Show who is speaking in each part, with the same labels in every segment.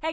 Speaker 1: Hey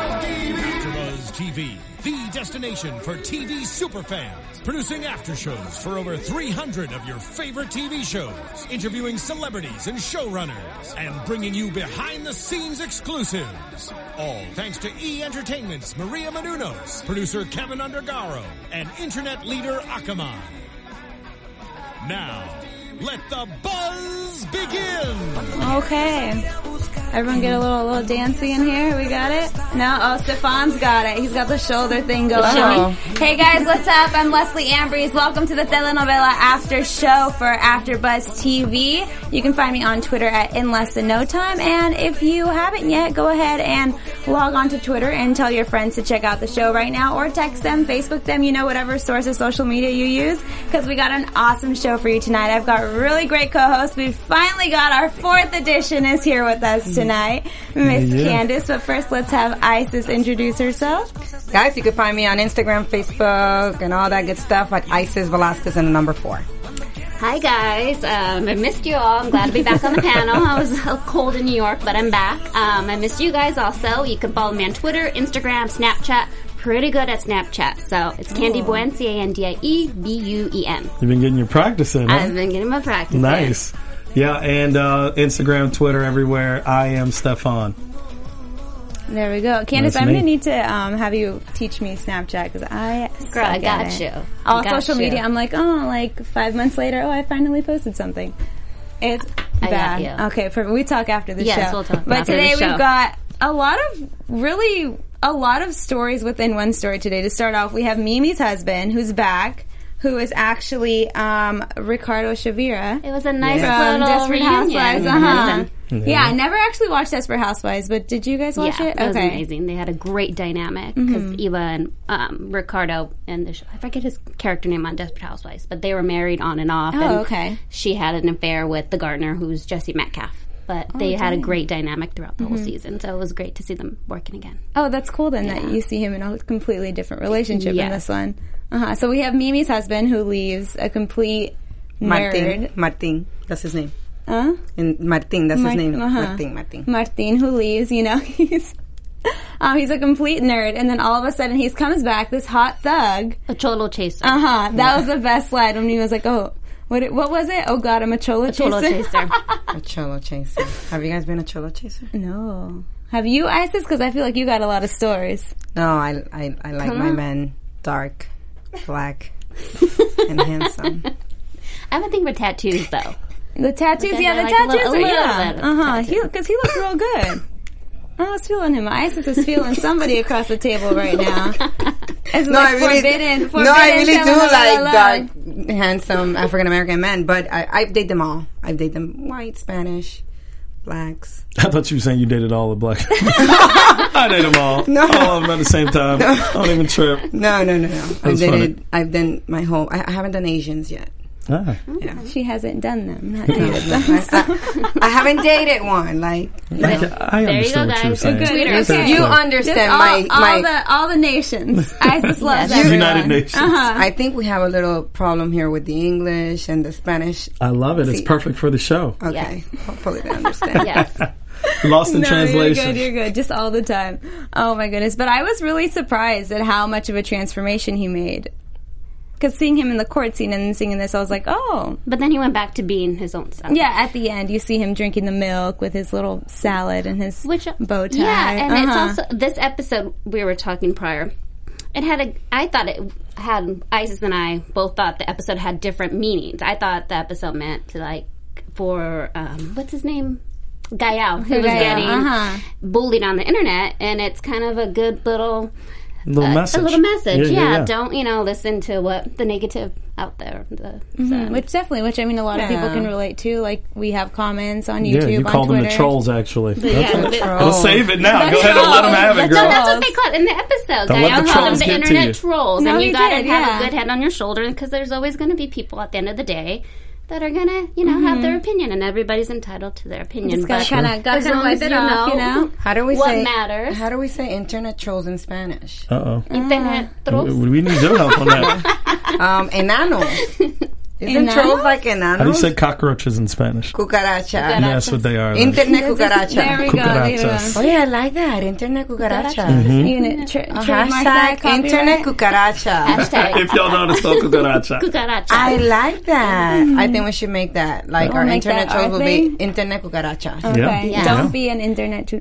Speaker 2: AfterBuzz TV, the destination for TV superfans, producing aftershows for over 300 of your favorite TV shows, interviewing celebrities and showrunners, and bringing you behind-the-scenes exclusives. All thanks to E Entertainment's Maria Menounos, producer Kevin Undergaro, and internet leader Akamai. Now, let the buzz begin.
Speaker 3: Okay. Everyone get a little little dancey in here. We got it? No? Oh, Stefan's got it. He's got the shoulder thing going on. Hey guys, what's up? I'm Leslie Ambries. Welcome to the Telenovela After Show for AfterBuzz TV. You can find me on Twitter at In Less Than No Time. And if you haven't yet, go ahead and log on to Twitter and tell your friends to check out the show right now or text them, Facebook them, you know, whatever source of social media you use because we got an awesome show for you tonight. I've got really great co-hosts. We finally got our fourth edition is here with us tonight, Miss Candace. But first, let's have Isis introduce herself.
Speaker 4: Guys, you can find me on Instagram, Facebook, and all that good stuff at Isis Velasquez and the number four.
Speaker 5: Hi guys, um, I missed you all. I'm glad to be back on the panel. I was uh, cold in New York, but I'm back. Um, I missed you guys also. You can follow me on Twitter, Instagram, Snapchat. Pretty good at Snapchat, so it's Candy Buen, C A N D I E B U E M.
Speaker 6: You've been getting your practice in, huh?
Speaker 5: I've been getting my practice. in.
Speaker 6: nice. Yeah, and uh, Instagram, Twitter, everywhere. I am Stefan.
Speaker 3: There we go, Candace.
Speaker 6: That's
Speaker 3: I'm gonna
Speaker 6: me.
Speaker 3: need to um, have you teach me Snapchat because I
Speaker 5: Girl, I
Speaker 3: suck
Speaker 5: got
Speaker 3: at it.
Speaker 5: you.
Speaker 3: All
Speaker 5: Got
Speaker 3: social
Speaker 5: you.
Speaker 3: media, I'm like, oh, like five months later, oh, I finally posted something. It's
Speaker 5: got
Speaker 3: bad.
Speaker 5: you.
Speaker 3: Okay, perfect. We talk after the
Speaker 5: Yes,
Speaker 3: show.
Speaker 5: we'll talk
Speaker 3: But
Speaker 5: after the
Speaker 3: today
Speaker 5: show.
Speaker 3: we've got a lot of really a lot of stories within one story today. To start off, we have Mimi's husband who's back, who is actually um, Ricardo Shavira.
Speaker 5: It was a nice
Speaker 3: From
Speaker 5: little
Speaker 3: Desperate
Speaker 5: reunion.
Speaker 3: Housewives, uh-huh. Yeah. I never actually watched Desperate Housewives, but did you guys watch
Speaker 5: Yeah,
Speaker 3: it?
Speaker 5: that was amazing. They had a great dynamic because
Speaker 3: Mm-hmm.
Speaker 5: Eva and um, Ricardo and the show, I forget his character name on Desperate Housewives, but they were married on and off.
Speaker 3: Oh,
Speaker 5: and
Speaker 3: okay.
Speaker 5: She had an affair with the gardener, who's Jesse Metcalf. But
Speaker 3: Oh,
Speaker 5: they had a great dynamic throughout the
Speaker 3: Mm-hmm.
Speaker 5: whole season, so it was great to see them working again.
Speaker 3: Oh, that's cool then that you see him in a completely different relationship in
Speaker 5: Yes.
Speaker 3: this one. Uh-huh. So we have Mimi's husband who leaves a complete
Speaker 4: Martin.
Speaker 3: nerd.
Speaker 4: Martin. That's his name.
Speaker 3: Huh?
Speaker 4: And Martin, that's
Speaker 3: Mart-
Speaker 4: his name.
Speaker 3: uh-huh.
Speaker 4: Martin, Martin.
Speaker 3: Martin who leaves, you know, he's um, he's a complete nerd and then all of a sudden he comes back, this hot thug.
Speaker 5: A cholo chaser.
Speaker 3: Uh-huh. That was the best slide when he was like, Oh, what it, what was it? Oh god, I'm a cholo chaser.
Speaker 5: Cholo chaser.
Speaker 4: A cholo chaser. Have you guys been a cholo chaser?
Speaker 3: no. Have you Isis? Because I feel like you got a lot of stories.
Speaker 4: No, I, I, I like my men dark, black, and handsome.
Speaker 5: I've been thinking about tattoos though.
Speaker 3: The tattoos,
Speaker 5: Because
Speaker 3: yeah,
Speaker 5: I
Speaker 3: the
Speaker 5: like a little-
Speaker 4: oh,
Speaker 3: tattoos
Speaker 5: a little
Speaker 3: yeah.
Speaker 5: bit of
Speaker 3: Uh huh.
Speaker 5: tattoo.
Speaker 3: Because he, looked real good. I was feeling him. Isis is feeling somebody across the table right now. It's
Speaker 4: No,
Speaker 3: like
Speaker 4: I really,
Speaker 3: forbidden, forbidden.
Speaker 4: no, I really do
Speaker 3: showing the
Speaker 4: like
Speaker 3: love.
Speaker 4: dark, handsome African American men, but I, I date them all. I date them white, Spanish, blacks.
Speaker 6: I thought you were saying you dated all the black. I date them all.
Speaker 4: No.
Speaker 6: All of them at the same time. I don't even trip.
Speaker 4: No, no, no, no. I've
Speaker 6: funny.
Speaker 4: dated. I've done my whole. I, I haven't done Asians yet.
Speaker 6: Ah.
Speaker 3: She hasn't done them. Not
Speaker 4: No, no,
Speaker 3: dated them.
Speaker 4: I, I- I haven't dated one. Like
Speaker 6: I, I
Speaker 5: There you go,
Speaker 6: understand what you're
Speaker 5: guys.
Speaker 6: saying.
Speaker 5: Good.
Speaker 3: Twitter.
Speaker 6: That's
Speaker 3: Okay.
Speaker 6: fair.
Speaker 4: you
Speaker 3: Just
Speaker 4: understand
Speaker 3: all,
Speaker 4: my
Speaker 3: all
Speaker 4: my.
Speaker 3: the all the nations. Isis loves Uh-huh.
Speaker 6: United
Speaker 3: everyone.
Speaker 6: Nations.
Speaker 4: I think we have a little problem here with the English and the Spanish.
Speaker 6: I love it. It's
Speaker 4: See.
Speaker 6: perfect for the show.
Speaker 4: Okay, hopefully they understand.
Speaker 5: Yes.
Speaker 6: Lost in
Speaker 3: You're
Speaker 6: translation.
Speaker 3: good, you're good. Just all the time. Oh my goodness. But I was really surprised at how much of a transformation he made. Because seeing him in the court scene and then seeing this, I was like, oh,
Speaker 5: But then he went back to being his own self.
Speaker 3: Yeah, at the end, you see him drinking the milk with his little salad and his
Speaker 5: which
Speaker 3: bow tie.
Speaker 5: Yeah, and
Speaker 3: Uh-huh.
Speaker 5: it's also this episode we were talking prior. It had a. I thought it had Isis and I both thought the episode had different meanings. I thought the episode meant to like for um, what's his name. Guyao, who was
Speaker 3: Guyao,
Speaker 5: getting
Speaker 3: uh-huh.
Speaker 5: bullied on the internet, and it's kind of a good little
Speaker 6: Little
Speaker 5: uh,
Speaker 6: message.
Speaker 5: a little message. Yeah,
Speaker 6: Yeah, yeah, yeah.
Speaker 5: don't you know listen to what the negative out there. The, so.
Speaker 3: Which definitely, which I mean, a lot of people
Speaker 4: Yeah.
Speaker 3: can relate to. Like we have comments on
Speaker 6: Yeah,
Speaker 3: YouTube,
Speaker 6: you
Speaker 3: on
Speaker 6: call them
Speaker 3: Twitter.
Speaker 6: the trolls, actually.
Speaker 5: yeah, the-
Speaker 6: We'll
Speaker 4: Oh.
Speaker 6: save it now. Go ahead and let them have it,
Speaker 5: No,
Speaker 6: girl.
Speaker 5: that's what they call it in the episodes.
Speaker 6: Don't let
Speaker 5: I
Speaker 6: the
Speaker 5: call them
Speaker 6: trolls
Speaker 5: the
Speaker 6: get to
Speaker 5: internet
Speaker 6: you.
Speaker 5: trolls,
Speaker 3: No,
Speaker 5: and you
Speaker 3: you
Speaker 5: gotta
Speaker 3: did,
Speaker 5: have a
Speaker 3: yeah.
Speaker 5: good head on your shoulder because there's always going to be people at the end of the day that are gonna, you know,
Speaker 3: Mm-hmm.
Speaker 5: have their opinion, and everybody's entitled to their opinion.
Speaker 3: Just gotta
Speaker 5: But
Speaker 3: kind of got
Speaker 5: as
Speaker 3: to
Speaker 5: long as
Speaker 3: wipe it
Speaker 5: you
Speaker 3: off, you
Speaker 5: know,
Speaker 3: know.
Speaker 4: How do we
Speaker 5: What
Speaker 4: say
Speaker 5: matters?
Speaker 4: How do we say internet trolls in Spanish?
Speaker 6: Uh oh.
Speaker 5: internet trolls.
Speaker 6: We need your help on that.
Speaker 4: Um, enanos. Isn't
Speaker 3: Enanos?
Speaker 4: trolls like
Speaker 6: How do you
Speaker 4: enanos?
Speaker 6: say cockroaches in Spanish?
Speaker 4: cucaracha.
Speaker 6: Yeah, that's what they are. then.
Speaker 4: Internet
Speaker 3: There we
Speaker 4: cucaracha.
Speaker 3: go. leave it alone.
Speaker 6: Cucarachas.
Speaker 4: Oh yeah, I like that. Internet cucaracha.
Speaker 6: Hmm?
Speaker 3: Unit tra- trademark that,
Speaker 4: Hashtag
Speaker 3: copyright.
Speaker 4: internet cucaracha.
Speaker 5: Hashtag
Speaker 6: If y'all noticed, though, cucaracha.
Speaker 5: cucaracha.
Speaker 4: I like that. I think we should make that. Like our
Speaker 3: Mm. make
Speaker 4: internet
Speaker 3: that Oh.
Speaker 4: trolls
Speaker 3: our
Speaker 4: will
Speaker 3: thing.
Speaker 4: be internet cucaracha.
Speaker 6: Yeah.
Speaker 3: Okay.
Speaker 5: Yeah.
Speaker 3: Don't be an internet tr-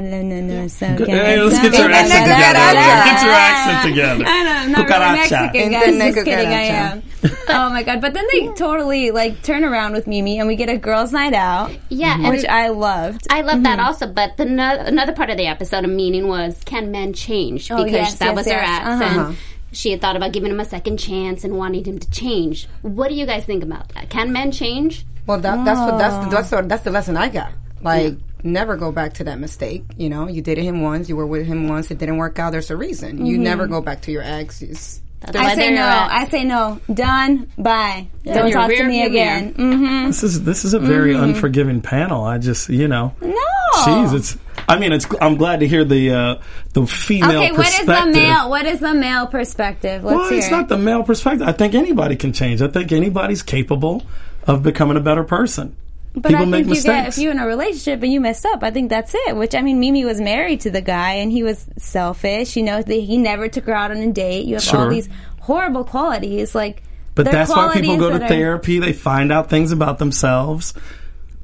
Speaker 3: cucaracha.
Speaker 6: Hey, let's get your
Speaker 4: Internet
Speaker 6: accent
Speaker 4: cucaracha.
Speaker 6: together. Let's get your accent together.
Speaker 3: I know, I'm not
Speaker 6: Cucaracha.
Speaker 3: really Mexican, guys.
Speaker 4: Internet
Speaker 3: Just kidding, I am. oh my god! But then they totally like turn around with Mimi, and we get a girls' night out,
Speaker 5: yeah, and
Speaker 3: which I loved.
Speaker 5: I love
Speaker 3: Mm-hmm.
Speaker 5: that also, but the no- another part of the episode of meaning was can men change because
Speaker 3: Oh, yes,
Speaker 5: that
Speaker 3: yes,
Speaker 5: was her
Speaker 3: yes.
Speaker 5: accent.
Speaker 3: Uh-huh.
Speaker 5: She had thought about giving him a second chance and wanting him to change. What do you guys think about that? Can men change?
Speaker 4: Well, that, that's what that's the, that's the, that's the lesson I got. Like, never go back to that mistake. You know, you dated him once, you were with him once, it didn't work out. There's a reason. You
Speaker 3: Mm-hmm.
Speaker 4: never go back to your ex. It's-
Speaker 3: I say
Speaker 5: Whether
Speaker 3: no.
Speaker 5: you're at-
Speaker 3: I say no. Done. Bye. Don't
Speaker 5: Your
Speaker 3: talk to
Speaker 5: rear
Speaker 3: me
Speaker 5: view
Speaker 3: again. Mm-hmm.
Speaker 6: This is this is a very unforgiving panel. I just you know,
Speaker 3: No.
Speaker 6: jeez, it's. I mean, it's. I'm glad to hear the uh, the female
Speaker 3: okay. What is
Speaker 6: perspective.
Speaker 3: the male? What is the male perspective? Let's
Speaker 6: Well,
Speaker 3: hear.
Speaker 6: it's
Speaker 3: it.
Speaker 6: not the male perspective. I think anybody can change. I think anybody's capable of becoming a better person.
Speaker 3: but
Speaker 6: People
Speaker 3: I think
Speaker 6: make
Speaker 3: you get
Speaker 6: mistakes.
Speaker 3: if you're in a relationship and you messed up, I think that's it. Which I mean, Mimi was married to the guy and he was selfish. You know, the, he never took her out on a date. You have all
Speaker 6: Sure.
Speaker 3: these horrible qualities, like.
Speaker 6: but
Speaker 3: they're
Speaker 6: that's why people
Speaker 3: qualities
Speaker 6: go to
Speaker 3: that are-
Speaker 6: therapy. They find out things about themselves.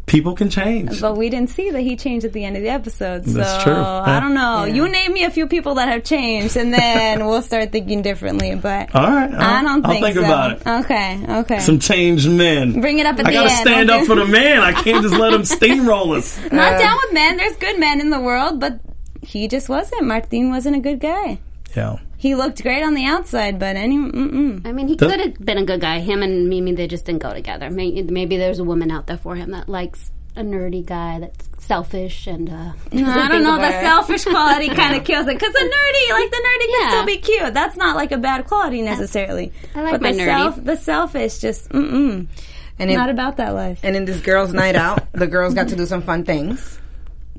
Speaker 6: People can change.
Speaker 3: But we didn't see that he changed at the end of the episode.
Speaker 6: That's
Speaker 3: so
Speaker 6: true.
Speaker 3: I don't know. You name me a few people that have changed, and then we'll start thinking differently. But
Speaker 6: All right, all
Speaker 3: I don't
Speaker 6: right. I'll
Speaker 3: think,
Speaker 6: think
Speaker 3: so.
Speaker 6: about it.
Speaker 3: Okay, okay.
Speaker 6: Some changed men.
Speaker 3: Bring it up at
Speaker 6: I
Speaker 3: the
Speaker 6: gotta
Speaker 3: end.
Speaker 6: stand
Speaker 3: okay?
Speaker 6: up for the man. I can't just let him steamroll us.
Speaker 3: Not
Speaker 5: Uh,
Speaker 3: down with men. There's good men in the world, but he just wasn't. Martin wasn't a good guy.
Speaker 6: Yeah.
Speaker 3: He looked great on the outside, but any. Mm-mm.
Speaker 5: I mean, he
Speaker 6: The-
Speaker 5: could have been a good guy. Him and Mimi, they just didn't go together. Maybe, maybe there's a woman out there for him that likes a nerdy guy that's selfish and. Uh,
Speaker 3: I don't know. The selfish quality kind of kills it because the nerdy, like the nerdy,
Speaker 5: Yeah.
Speaker 3: can still be cute. That's not like a bad quality necessarily.
Speaker 5: I like
Speaker 3: but
Speaker 5: my
Speaker 3: the
Speaker 5: nerdy.
Speaker 3: the selfish, just mm-mm.
Speaker 4: And in,
Speaker 3: Not about that life.
Speaker 4: and in this girls' night out, the girls got to do some fun things.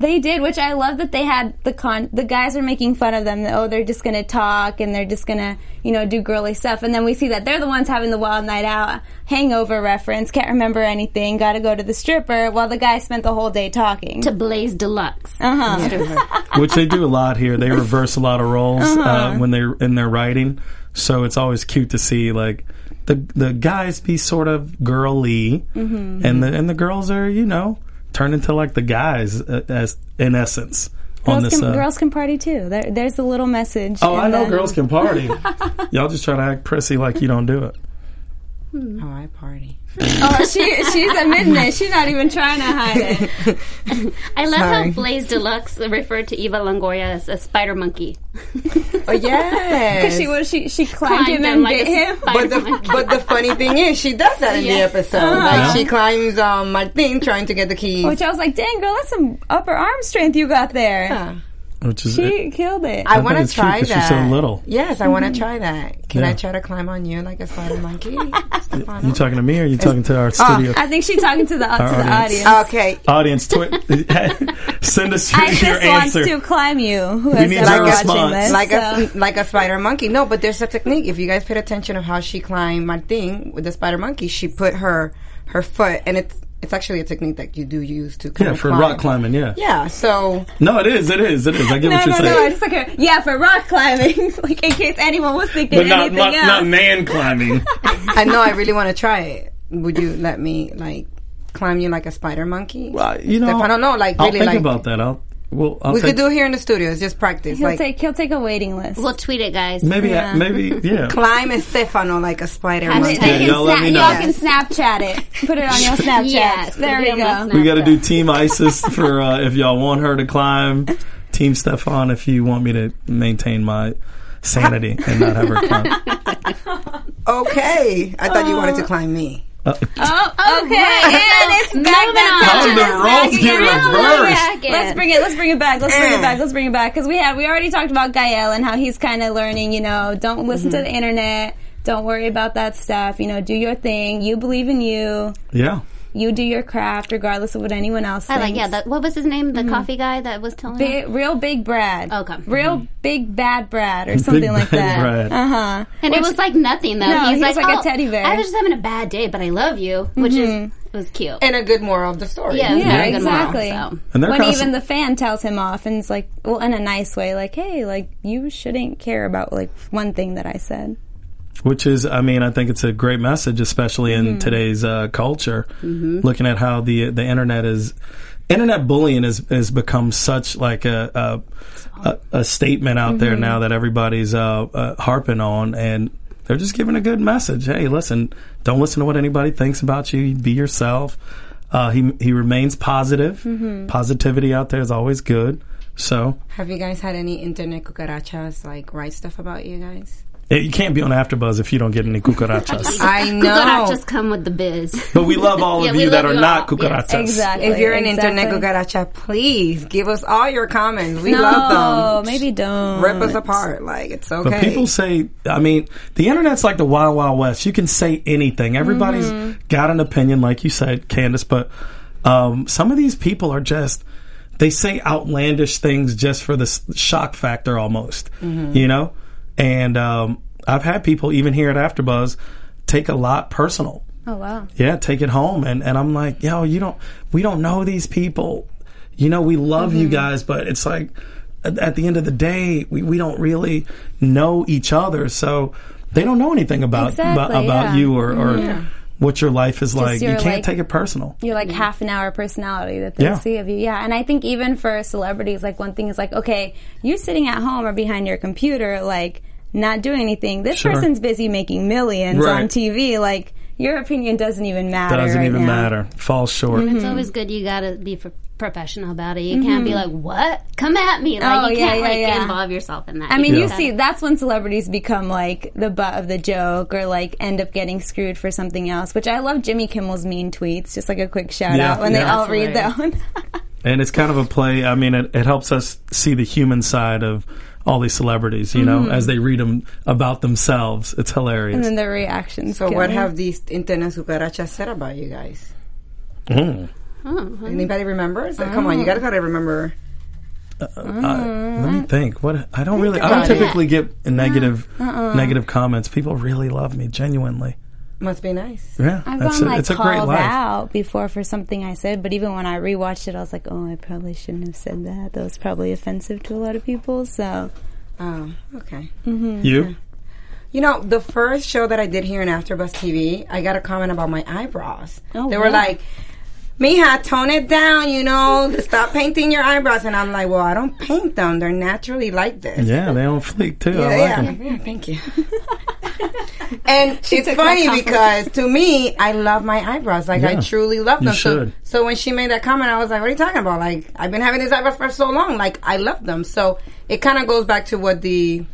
Speaker 3: They did, which I love that they had the con. The guys were making fun of them. That, oh, they're just gonna talk and they're just gonna, you know, do girly stuff. And then we see that they're the ones having the wild night out, hangover reference, can't remember anything, got to go to the stripper. While the guy spent the whole day talking.
Speaker 5: to Blaze Deluxe.
Speaker 3: Uh huh.
Speaker 6: which they do a lot here. They reverse a lot of roles uh
Speaker 3: Uh-huh.
Speaker 6: when they're in their writing, so it's always cute to see like the the guys be sort of girly,
Speaker 3: Mm-hmm.
Speaker 6: and the and the girls are you know turn into like the guys uh, as in essence on
Speaker 3: Girls
Speaker 6: this.
Speaker 3: can,
Speaker 6: uh,
Speaker 3: girls can party too. There, there's the little message.
Speaker 6: oh, I
Speaker 3: in
Speaker 6: know
Speaker 3: the-
Speaker 6: girls can party. Y'all just try to act prissy like you don't do it.
Speaker 4: Oh, I party.
Speaker 3: Oh, she, she's admitting it. She's not even trying to hide it.
Speaker 5: I love
Speaker 4: Sorry.
Speaker 5: how Blaze Deluxe referred to Eva Longoria as a spider monkey.
Speaker 4: Oh yes.
Speaker 3: She was she she climbed him and
Speaker 5: like a
Speaker 3: bit him.
Speaker 5: spider
Speaker 4: but the
Speaker 5: monkey.
Speaker 4: but the funny thing is, she does that in the episode. Like she climbs um, Martin trying to get the keys.
Speaker 3: Oh. Which I was like, dang girl, that's some upper arm strength you got there.
Speaker 6: Which is
Speaker 3: She killed it.
Speaker 4: I
Speaker 6: think
Speaker 4: want to
Speaker 6: it's cute
Speaker 4: try
Speaker 6: 'cause
Speaker 4: that.
Speaker 6: she's so little.
Speaker 4: Yes, I want
Speaker 3: Mm-hmm.
Speaker 4: to try that. Can I
Speaker 6: Yeah.
Speaker 4: try to climb on you like a spider monkey?
Speaker 6: you talking to me or are you talking to our studio?
Speaker 3: I think she's talking to the, to the
Speaker 6: audience.
Speaker 3: audience.
Speaker 4: okay,
Speaker 6: Audience, twi- send us your,
Speaker 3: I just
Speaker 6: your
Speaker 3: wants
Speaker 6: answer.
Speaker 3: to climb you.
Speaker 6: need
Speaker 3: Whoever's
Speaker 6: your
Speaker 3: ever watching
Speaker 6: response.
Speaker 3: this.
Speaker 4: like
Speaker 3: so.
Speaker 4: a like a spider monkey. No, but there's a technique. If you guys paid attention of how she climbed Martin with the spider monkey, she put her her foot, and it's it's actually a technique that you do use to kind
Speaker 6: yeah,
Speaker 4: of
Speaker 6: for
Speaker 4: climb.
Speaker 6: rock climbing. Yeah.
Speaker 4: Yeah, so
Speaker 6: No, it is. It is. It is. I get
Speaker 3: no,
Speaker 6: what you're
Speaker 3: no,
Speaker 6: saying.
Speaker 3: no. I just like her. Yeah, for rock climbing. like in case anyone was thinking
Speaker 6: but not
Speaker 3: anything
Speaker 6: not,
Speaker 3: else.
Speaker 6: not man climbing.
Speaker 4: I know I really want to try it. Would you let me like climb you like a spider monkey?
Speaker 6: Well, you know,
Speaker 4: Steph, I don't know, like,
Speaker 6: I'll
Speaker 4: really,
Speaker 6: think
Speaker 4: like-
Speaker 6: about that. I'll well, I'll
Speaker 4: we
Speaker 6: take,
Speaker 4: could do it here in the studio. It's just practice.
Speaker 3: He'll
Speaker 4: like
Speaker 3: take he'll take a waiting list.
Speaker 5: we'll tweet it, guys.
Speaker 6: maybe I- maybe yeah.
Speaker 4: climb Stefano like a spider monkey.
Speaker 5: Hashtag-
Speaker 6: Yeah, y'all let me
Speaker 3: Y'all
Speaker 6: know.
Speaker 3: can Snapchat it. Put it on your Snapchats.
Speaker 5: Yes,
Speaker 3: there we
Speaker 5: put it on
Speaker 3: go.
Speaker 5: my
Speaker 6: We got to do Team ISIS for uh, if y'all want her to climb. Team Stefan, if you want me to maintain my sanity and not have her climb.
Speaker 4: Okay. I thought you wanted to climb me.
Speaker 6: Uh,
Speaker 3: Oh, okay. And it's back
Speaker 5: on.
Speaker 3: down.
Speaker 5: How
Speaker 3: to
Speaker 5: did
Speaker 3: this
Speaker 5: the
Speaker 3: back
Speaker 7: roles get
Speaker 3: again.
Speaker 7: reversed?
Speaker 5: Back in.
Speaker 3: Let's bring it. Let's bring it back. Let's bring it back. Let's bring it back because we had we already talked about Gael and how he's kind of learning. You know, don't listen
Speaker 5: Mm-hmm.
Speaker 3: to the internet. Don't worry about that stuff. You know, do your thing. You believe in you.
Speaker 6: Yeah.
Speaker 3: You do your craft, regardless of what anyone else
Speaker 5: I
Speaker 3: thinks.
Speaker 5: like, yeah, that, what was his name? The coffee guy that was telling me?
Speaker 3: Mm-hmm. Big, real big Brad.
Speaker 5: Okay. Mm-hmm.
Speaker 3: Real big bad Brad or something
Speaker 6: Big
Speaker 3: like that.
Speaker 6: bad Brad.
Speaker 3: Uh huh.
Speaker 5: And it was like nothing, though.
Speaker 3: No,
Speaker 5: He's
Speaker 3: he was like a
Speaker 5: oh,
Speaker 3: teddy bear. Mm-hmm.
Speaker 5: I was just having a bad day, but I love you, which is, it was cute.
Speaker 4: And a good moral of the story.
Speaker 5: yeah, it was
Speaker 3: Yeah,
Speaker 5: very good moral,
Speaker 3: exactly.
Speaker 5: so.
Speaker 6: And they're
Speaker 3: when
Speaker 6: crossing-
Speaker 3: even the fan tells him off and it's like, well, in a nice way, like, hey, like you shouldn't care about like one thing that I said.
Speaker 6: Which is, I mean, I think it's a great message, especially in today's uh, culture. Looking at how the the internet is, internet bullying has has become such like a a, a, a statement out there now that everybody's uh, uh, harping on, and they're just giving a good message. Hey, listen, don't listen to what anybody thinks about you. Be yourself. Uh, he he remains positive. Positivity out there is always good. So
Speaker 4: Have you guys had any internet cucarachas like write stuff about you guys?
Speaker 6: eh, you can't be on AfterBuzz if you don't get any cucarachas.
Speaker 4: I
Speaker 5: Cucarachas come with the biz.
Speaker 6: But we love all
Speaker 5: Yeah,
Speaker 6: of
Speaker 5: we
Speaker 6: you that
Speaker 5: love
Speaker 6: are
Speaker 5: you
Speaker 6: not
Speaker 5: all. Yes.
Speaker 6: cucarachas.
Speaker 3: Exactly.
Speaker 4: If you're an
Speaker 3: exactly.
Speaker 4: internet cucaracha, please give us all your comments. We
Speaker 3: no,
Speaker 4: love them.
Speaker 3: maybe don't
Speaker 4: Rip us apart. Like it's okay.
Speaker 6: But people say, I mean, the internet's like the wild, wild west. You can say anything. Everybody's
Speaker 5: Mm-hmm.
Speaker 6: got an opinion, like you said, Candace. But um, some of these people are just, they say outlandish things just for the s- shock factor almost,
Speaker 5: Mm-hmm.
Speaker 6: you know? And um, I've had people, even here at AfterBuzz, take a lot personal.
Speaker 3: Oh wow.
Speaker 6: yeah, take it home. And, and I'm like, yo, you don't, we don't know these people. You know, we love
Speaker 3: Mm-hmm.
Speaker 6: you guys, but it's like, at, at the end of the day, we, we don't really know each other. So they don't know anything about,
Speaker 3: Exactly,
Speaker 6: about, about
Speaker 3: yeah.
Speaker 6: you or, or what your life is like. You
Speaker 3: your,
Speaker 6: can't
Speaker 3: like-
Speaker 6: take it personal.
Speaker 3: You're like half an hour personality that they
Speaker 6: Yeah.
Speaker 3: see of you. Yeah. And I think even for celebrities, like one thing is like, okay, you're sitting at home or behind your computer, like not doing anything. This
Speaker 6: Sure.
Speaker 3: person's busy making millions
Speaker 6: Right.
Speaker 3: on TV. Like your opinion doesn't even matter. Mm-hmm.
Speaker 6: Doesn't
Speaker 3: right
Speaker 6: even
Speaker 3: now.
Speaker 6: matter. Falls short.
Speaker 5: It's always good. You gotta be pro- professional about it. You can't be like, "What? Come at me!" Like
Speaker 3: Mm-hmm. Oh,
Speaker 5: you
Speaker 3: yeah,
Speaker 5: can't
Speaker 3: yeah,
Speaker 5: like
Speaker 3: yeah.
Speaker 5: involve yourself in that.
Speaker 3: I mean,
Speaker 6: Yeah.
Speaker 3: you see, that's when celebrities become like the butt of the joke or like end up getting screwed for something else, which I love Jimmy Kimmel's mean tweets. Just like a quick shout
Speaker 6: Yeah,
Speaker 3: out when they
Speaker 6: yeah.
Speaker 3: all read
Speaker 5: That's
Speaker 3: that one.
Speaker 6: And it's kind of a play. I mean, it, it helps us see the human side of all these celebrities, you know, as they read them about themselves. It's
Speaker 3: Mm-hmm.
Speaker 6: hilarious.
Speaker 3: and then their reactions.
Speaker 4: so
Speaker 3: kill
Speaker 4: what
Speaker 3: me.
Speaker 4: have these internet cucarachas said about you guys?
Speaker 6: Mm.
Speaker 5: Oh,
Speaker 4: Anybody remembers? Come on, you gotta gotta remember.
Speaker 6: Uh, let me think. What I don't really, I don't
Speaker 4: about it.
Speaker 6: typically get negative negative comments. People really love me, genuinely.
Speaker 4: Must be nice.
Speaker 6: Yeah,
Speaker 3: I've
Speaker 6: that's
Speaker 3: gone
Speaker 6: it.
Speaker 3: like
Speaker 6: It's a great
Speaker 3: called
Speaker 6: life.
Speaker 3: out before for something I said, but even when I rewatched it, I was like, oh, I probably shouldn't have said that. That was probably offensive to a lot of people. So
Speaker 4: Oh, okay.
Speaker 6: You?
Speaker 4: You know, the first show that I did here in AfterBuzz TV, I got a comment about my eyebrows.
Speaker 3: Oh,
Speaker 4: they
Speaker 3: wow.
Speaker 4: were like, "Mija, tone it down. You know, stop painting your eyebrows." And I'm like, "Well, I don't paint them. They're naturally like this."
Speaker 6: Yeah, they don't fleek too. I
Speaker 4: Yeah,
Speaker 6: like
Speaker 4: yeah,
Speaker 6: 'em.
Speaker 4: yeah, thank you. and it's
Speaker 3: took that
Speaker 4: funny
Speaker 3: compliment.
Speaker 4: because to me, I love my eyebrows. Like I
Speaker 6: Yeah,
Speaker 4: truly love
Speaker 6: you
Speaker 4: them.
Speaker 6: should.
Speaker 4: So, so when she made that comment, I was like, "What are you talking about? Like I've been having these eyebrows for so long. Like I love them." So it kind of goes back to what the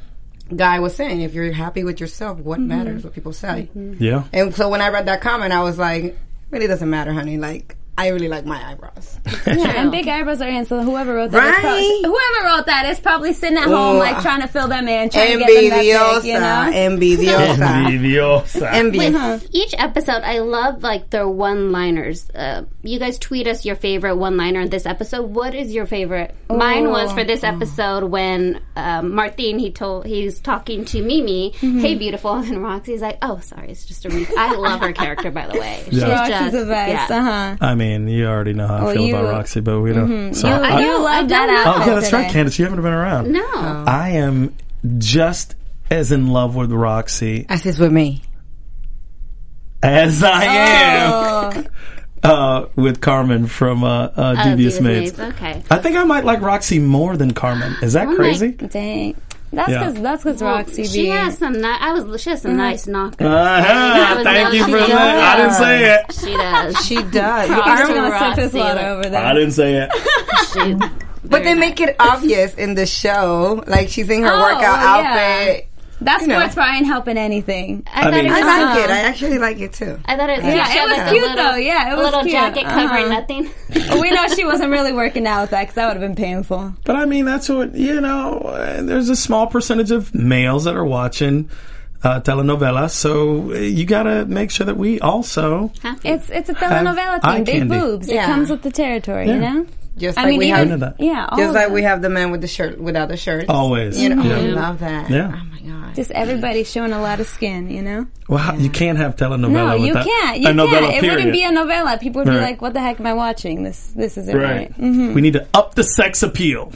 Speaker 4: guy was saying. If you're happy with yourself, what matters? What people say.
Speaker 6: Yeah.
Speaker 4: And so when I read that comment, I was like, "It "Really doesn't matter, honey. Like I really like my eyebrows."
Speaker 3: and big eyebrows are in. So whoever wrote
Speaker 4: Right?
Speaker 3: that, is probably, whoever wrote that is probably sitting at home
Speaker 4: Ooh,
Speaker 3: like
Speaker 4: I-
Speaker 3: trying to fill them in, trying to get them that
Speaker 4: Envidiosa,
Speaker 3: big, you know.
Speaker 4: envidiosa, envious.
Speaker 5: each episode, I love like their one-liners. Uh, you guys tweet us your favorite one-liner in this episode. What is your favorite? Mine was for
Speaker 3: Oh.
Speaker 5: this episode when um, Martin he told he's talking to Mimi,
Speaker 3: Mm-hmm.
Speaker 5: "Hey, beautiful," and Roxy's like, "Oh, sorry, it's just a week." I love her character, by the way. She's
Speaker 6: Roxy's
Speaker 3: Roxy's the best.
Speaker 5: yeah.
Speaker 3: Uh huh.
Speaker 6: I mean, you already know how I feel
Speaker 3: you-
Speaker 6: about Roxy, but we don't. So
Speaker 3: You,
Speaker 6: I,
Speaker 3: you love that
Speaker 6: oh,
Speaker 3: outfit.
Speaker 6: yeah, that's right,
Speaker 3: today.
Speaker 6: Candace. You haven't been around.
Speaker 5: No.
Speaker 6: I am just as in love with Roxy
Speaker 4: As is with me.
Speaker 6: as I am uh, with Carmen from uh, uh,
Speaker 5: Oh,
Speaker 6: Devious,
Speaker 5: Devious
Speaker 6: Maids.
Speaker 5: Maids, okay.
Speaker 6: I think I might like Roxy more than Carmen. Is
Speaker 3: Oh
Speaker 6: that
Speaker 5: my-
Speaker 6: crazy?
Speaker 3: Dang. That's
Speaker 6: Yeah.
Speaker 3: because that's because Roxy B.
Speaker 5: She has some. Ni- I was. She has some nice knockers. I
Speaker 6: Uh-huh.
Speaker 5: was
Speaker 6: Thank you
Speaker 5: noticing
Speaker 6: for
Speaker 5: it.
Speaker 6: that. I didn't say it.
Speaker 5: She does.
Speaker 4: She does.
Speaker 5: Props
Speaker 3: I'm
Speaker 5: to
Speaker 3: gonna sip
Speaker 5: Roxy.
Speaker 3: his water over
Speaker 6: I
Speaker 3: there.
Speaker 6: didn't say it.
Speaker 5: She-
Speaker 4: But they make it obvious in the show. Like she's in her
Speaker 3: Oh,
Speaker 4: workout
Speaker 3: yeah.
Speaker 4: outfit.
Speaker 3: That's
Speaker 4: You know.
Speaker 3: sports bra ain't helping anything.
Speaker 5: I, thought
Speaker 6: mean-
Speaker 5: it
Speaker 4: I
Speaker 3: Uh-huh.
Speaker 5: was,
Speaker 4: like it. I actually like it too.
Speaker 5: I thought it was.
Speaker 3: Yeah,
Speaker 5: a show
Speaker 3: it was
Speaker 5: that's a
Speaker 3: cute,
Speaker 5: little-
Speaker 3: though. Yeah, it
Speaker 5: a
Speaker 3: was
Speaker 5: little
Speaker 3: cute.
Speaker 5: jacket covering
Speaker 3: Uh-huh.
Speaker 5: nothing.
Speaker 3: we know she wasn't really working out with that because that would have been painful.
Speaker 6: But I mean, that's what you know. uh, There's a small percentage of males that are watching uh, telenovelas, so uh, you got to make sure that we also.
Speaker 3: It's it's a telenovela
Speaker 6: eye
Speaker 3: thing. Big
Speaker 6: candy.
Speaker 3: boobs. It
Speaker 4: Yeah.
Speaker 3: comes with the territory,
Speaker 6: Yeah.
Speaker 3: you know.
Speaker 4: Just
Speaker 3: I
Speaker 4: like
Speaker 3: mean,
Speaker 4: we
Speaker 3: even
Speaker 6: I know
Speaker 4: have,
Speaker 6: that.
Speaker 3: yeah, all
Speaker 4: just
Speaker 3: of
Speaker 4: like
Speaker 3: it.
Speaker 4: we have the man with the shirt without the shirt.
Speaker 6: Always,
Speaker 4: you know,
Speaker 6: Yeah.
Speaker 4: I love that.
Speaker 6: Yeah.
Speaker 4: Oh my god.
Speaker 3: just everybody showing a lot of skin, you know.
Speaker 6: Well, how- you can't have telenovela.
Speaker 3: No, you
Speaker 6: without
Speaker 3: can't. You
Speaker 6: a
Speaker 3: can't.
Speaker 6: novella,
Speaker 3: It wouldn't
Speaker 6: period.
Speaker 3: be a novella. People would be
Speaker 6: Right.
Speaker 3: like, "What the heck am I watching? This this isn't right." Mm-hmm.
Speaker 6: Right. We need to up the sex appeal.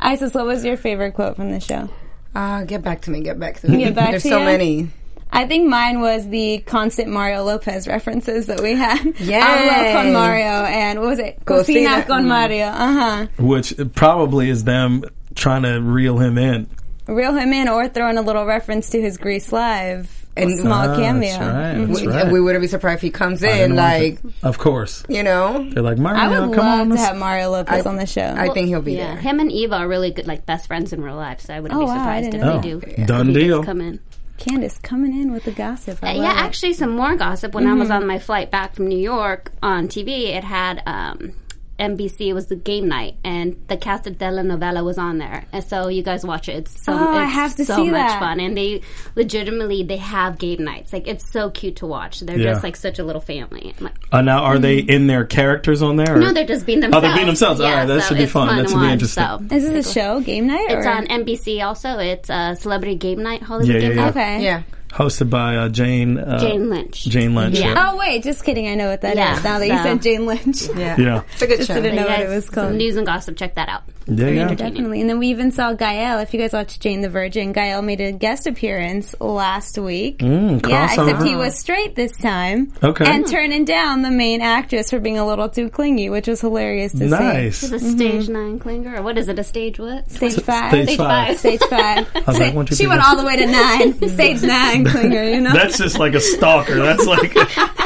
Speaker 3: Isis, what was your favorite quote from the show?
Speaker 4: Uh, get back to me. Get back to me.
Speaker 3: Get back
Speaker 4: There's
Speaker 3: to
Speaker 4: so
Speaker 3: you?
Speaker 4: many.
Speaker 3: I think mine was the constant Mario Lopez references that we had.
Speaker 4: Yay.
Speaker 3: Hablo con Mario and what was it? Cocina,
Speaker 4: Cocina
Speaker 3: con
Speaker 4: con
Speaker 3: Mario. Uh
Speaker 6: Which probably is them trying to reel him in.
Speaker 3: huh. Reel him in or throw in a little reference to his Grease Live
Speaker 4: And-
Speaker 3: small
Speaker 6: Ah,
Speaker 3: cameo. Mm-hmm.
Speaker 6: That's right. That's
Speaker 4: We,
Speaker 6: right.
Speaker 4: we wouldn't be surprised if he comes
Speaker 6: I didn't
Speaker 4: in
Speaker 6: want
Speaker 4: like
Speaker 6: to- of course.
Speaker 4: you know.
Speaker 6: They're like, Mario,
Speaker 3: I would
Speaker 6: come
Speaker 3: love
Speaker 6: on.
Speaker 3: to
Speaker 6: let's-
Speaker 3: have Mario Lopez
Speaker 4: I-
Speaker 3: on the show.
Speaker 4: I think he'll be
Speaker 5: yeah,
Speaker 4: there.
Speaker 5: him and Eva are really good, like best friends in real life. So I wouldn't
Speaker 3: Oh,
Speaker 5: be
Speaker 3: wow, I
Speaker 5: surprised
Speaker 3: didn't
Speaker 5: if
Speaker 3: know
Speaker 5: they do.
Speaker 6: Oh, done
Speaker 5: if he does
Speaker 6: deal.
Speaker 5: Come in.
Speaker 3: Candace coming in with the gossip. I
Speaker 5: Uh,
Speaker 3: love
Speaker 5: yeah,
Speaker 3: it.
Speaker 5: actually, some more gossip. When I was
Speaker 3: Mm-hmm.
Speaker 5: on my flight back from New York on TV, it had um, NBC. It was the game night, and the cast of telenovela was on there. And so you guys watch it. It's so
Speaker 3: Oh, I
Speaker 5: it's
Speaker 3: have to
Speaker 5: so
Speaker 3: see
Speaker 5: much
Speaker 3: that.
Speaker 5: fun, and they legitimately they have game nights. Like it's so cute to watch. They're
Speaker 6: Yeah.
Speaker 5: just like such a little family. I'm like,
Speaker 6: Uh, now, are they in their characters on there? or-
Speaker 5: no, they're just being themselves.
Speaker 6: Oh, they're being themselves. All
Speaker 5: Yeah,
Speaker 6: right, that
Speaker 5: so
Speaker 6: should be
Speaker 5: it's
Speaker 6: fun.
Speaker 5: to
Speaker 6: That should be
Speaker 5: watch,
Speaker 6: interesting.
Speaker 5: so.
Speaker 3: Is this a show game night?
Speaker 5: It's
Speaker 3: or?
Speaker 5: on NBC. Also, it's uh, Celebrity Game Night, Hollywood
Speaker 6: Yeah, yeah,
Speaker 5: Game
Speaker 6: yeah.
Speaker 5: Night.
Speaker 3: Okay.
Speaker 4: Yeah.
Speaker 6: Hosted by uh, Jane. Uh,
Speaker 5: Jane Lynch.
Speaker 6: Jane Lynch.
Speaker 5: Yeah.
Speaker 6: Yeah.
Speaker 3: Oh wait, just kidding. I know what that is.
Speaker 5: Yeah,
Speaker 3: Now that you
Speaker 5: so-
Speaker 3: said Jane Lynch.
Speaker 4: Yeah.
Speaker 6: Yeah.
Speaker 4: It's a good show.
Speaker 3: didn't know
Speaker 5: You
Speaker 3: what
Speaker 5: guys,
Speaker 3: it was called.
Speaker 5: some news and gossip. Check that out.
Speaker 6: Yeah, yeah.
Speaker 3: Definitely. And then we even saw Gael. If you guys watched Jane the Virgin, Gael made a guest appearance last week.
Speaker 6: Mm,
Speaker 3: Oh, yeah, except
Speaker 6: crossover.
Speaker 3: he was straight this time.
Speaker 6: Okay.
Speaker 3: And turning down the main actress for being a little too clingy, which was hilarious to see.
Speaker 6: Nice.
Speaker 5: Is a stage nine clinger, or what is it? A stage what?
Speaker 3: Stage five.
Speaker 6: Stage five.
Speaker 3: Stage five.
Speaker 6: was like, one, two,
Speaker 3: she
Speaker 6: three,
Speaker 3: went
Speaker 6: four.
Speaker 3: all the way to nine. Stage nine clinger, you know?
Speaker 6: That's just like a stalker. That's like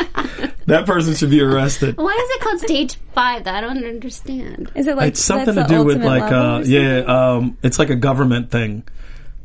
Speaker 6: that person should be arrested.
Speaker 3: Oh,
Speaker 5: Why is it called stage five? That I don't understand.
Speaker 3: is it like
Speaker 6: it's something to
Speaker 3: that's
Speaker 6: do
Speaker 3: the
Speaker 6: with
Speaker 3: ultimate
Speaker 6: like
Speaker 3: level
Speaker 6: uh
Speaker 3: or
Speaker 6: yeah um it's like a government thing.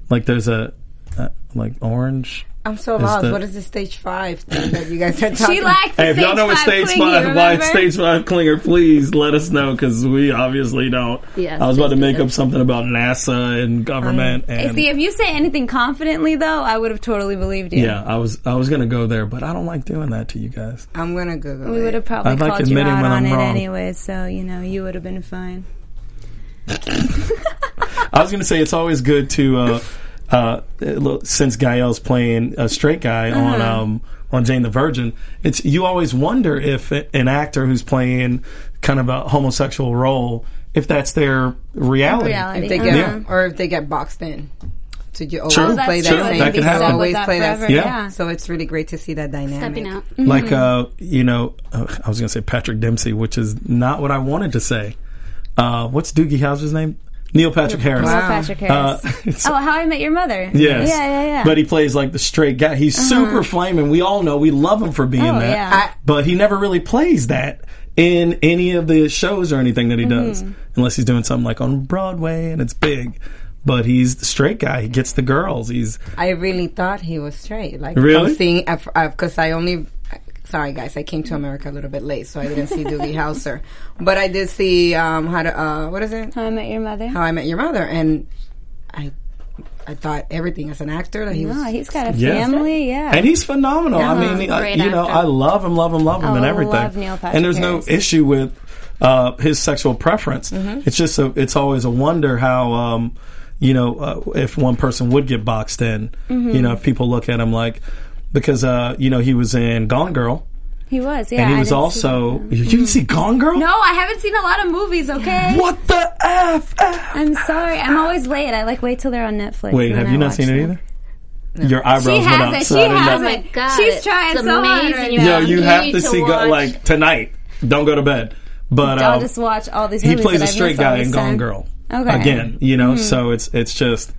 Speaker 6: Like there's a uh, like orange.
Speaker 4: I'm so
Speaker 6: Is
Speaker 4: lost.
Speaker 6: the-
Speaker 4: what is the stage five thing that you guys
Speaker 3: something?
Speaker 4: are talking?
Speaker 3: She liked the
Speaker 6: Hey, if
Speaker 3: stage
Speaker 6: y'all know what
Speaker 3: five
Speaker 6: stage
Speaker 3: clingy,
Speaker 6: five, why it's
Speaker 3: remember?
Speaker 6: stage five clinger, please let us know because we obviously don't.
Speaker 5: Yes,
Speaker 6: I was about to
Speaker 5: please
Speaker 6: make
Speaker 5: do.
Speaker 6: up something about NASA and government and
Speaker 3: See, Um, if you say anything confidently, though, I would have totally believed you.
Speaker 6: yeah, I was I was gonna go there, but I don't like doing that to you guys.
Speaker 4: I'm gonna Google
Speaker 3: We
Speaker 4: it.
Speaker 3: would have probably
Speaker 6: I like
Speaker 3: called you
Speaker 6: admitting
Speaker 3: out
Speaker 6: when
Speaker 3: on
Speaker 6: I'm
Speaker 3: it
Speaker 6: wrong.
Speaker 3: anyway, so you know you would have been fine.
Speaker 6: I was going to say it's always good to uh, uh, lo- since Gael's playing a straight guy on
Speaker 3: Uh-huh.
Speaker 6: um, on Jane the Virgin. It's you always wonder if a- an actor who's playing kind of a homosexual role if that's their reality.
Speaker 3: Reality.
Speaker 4: if they get
Speaker 3: Uh-huh.
Speaker 6: Yeah.
Speaker 4: or if they get boxed in. So you always
Speaker 6: Sure. Oh, that's
Speaker 4: play that
Speaker 6: true.
Speaker 4: same.
Speaker 6: That
Speaker 4: you
Speaker 6: could happen.
Speaker 4: Always play that.
Speaker 3: forever,
Speaker 4: same.
Speaker 6: Yeah.
Speaker 3: yeah.
Speaker 4: So it's really great to see that dynamic.
Speaker 5: Stepping out.
Speaker 6: Like
Speaker 3: Mm-hmm.
Speaker 6: uh, you know, uh, I was going to say Patrick Dempsey, which is not what I wanted to say. Uh, what's Doogie Howser's name? Neil Patrick Harris.
Speaker 3: Neil Patrick
Speaker 6: Uh,
Speaker 3: Harris. oh, How I Met Your Mother.
Speaker 6: Yes.
Speaker 3: Yeah, yeah, yeah. Uh-huh.
Speaker 6: But he plays like the straight guy. He's super flaming. We all know we love him for being
Speaker 3: Oh,
Speaker 6: that.
Speaker 3: yeah. I-
Speaker 6: but he never really plays that in any of the shows or anything that he does,
Speaker 3: Mm-hmm.
Speaker 6: unless he's doing something like on Broadway and it's big. But he's the straight guy. He gets the girls. He's
Speaker 4: I really thought he was straight. Like
Speaker 6: Really?
Speaker 4: from seeing because I only. Sorry, guys, I came to America a little bit late, so I didn't see Doogie Howser, but I did see um, how to uh, what is it?
Speaker 3: How I Met Your Mother.
Speaker 4: How I Met Your Mother, and I I thought everything as an actor that he was.
Speaker 3: oh, he's got a
Speaker 6: Yeah.
Speaker 3: family. Yeah. Uh-huh.
Speaker 6: and he's phenomenal. I mean, he- I,
Speaker 5: Great
Speaker 6: you know,
Speaker 5: actor.
Speaker 6: I love him, love him, love him,
Speaker 3: Oh,
Speaker 6: and
Speaker 3: I
Speaker 6: everything.
Speaker 3: love Neil Patrick
Speaker 6: and there's
Speaker 3: Harris. Mm-hmm.
Speaker 6: no issue with uh, his sexual preference. It's just a, it's always a wonder how um, you know uh, if one person would get boxed in.
Speaker 3: Mm-hmm.
Speaker 6: You know, if people look at him like because uh, you know he was in Gone Girl.
Speaker 3: he was. Yeah.
Speaker 6: And he
Speaker 3: I
Speaker 6: was
Speaker 3: didn't see
Speaker 6: also.
Speaker 3: that.
Speaker 6: You didn't see Gone Girl?
Speaker 3: No, I haven't seen a lot of movies. Okay.
Speaker 6: What the f?
Speaker 3: I'm sorry. I'm always late. I like wait till they're on Netflix.
Speaker 6: Wait,
Speaker 3: and
Speaker 6: have
Speaker 3: I
Speaker 6: you not
Speaker 3: watch
Speaker 6: seen
Speaker 3: them.
Speaker 6: it either? Your eyebrows
Speaker 3: She
Speaker 6: went up.
Speaker 3: has it.
Speaker 6: so I
Speaker 3: She
Speaker 6: didn't know.
Speaker 3: has
Speaker 5: Oh my
Speaker 3: it.
Speaker 5: God,
Speaker 3: She's
Speaker 5: it's
Speaker 3: trying so hard. Right
Speaker 5: amazing.
Speaker 3: now.
Speaker 6: Yo,
Speaker 5: Yeah,
Speaker 6: you
Speaker 5: you
Speaker 6: have
Speaker 5: need
Speaker 6: to
Speaker 5: to
Speaker 6: see go,
Speaker 5: watch-
Speaker 6: like tonight. Don't go to bed. But
Speaker 3: I'll
Speaker 6: um,
Speaker 3: just watch all these.
Speaker 6: he
Speaker 3: Movies
Speaker 6: plays
Speaker 3: that
Speaker 6: a
Speaker 3: I've
Speaker 6: straight
Speaker 3: missed all
Speaker 6: guy
Speaker 3: this
Speaker 6: in Gone
Speaker 3: time.
Speaker 6: Girl.
Speaker 3: Okay. Hmm.
Speaker 6: Again, you know, so it's it's just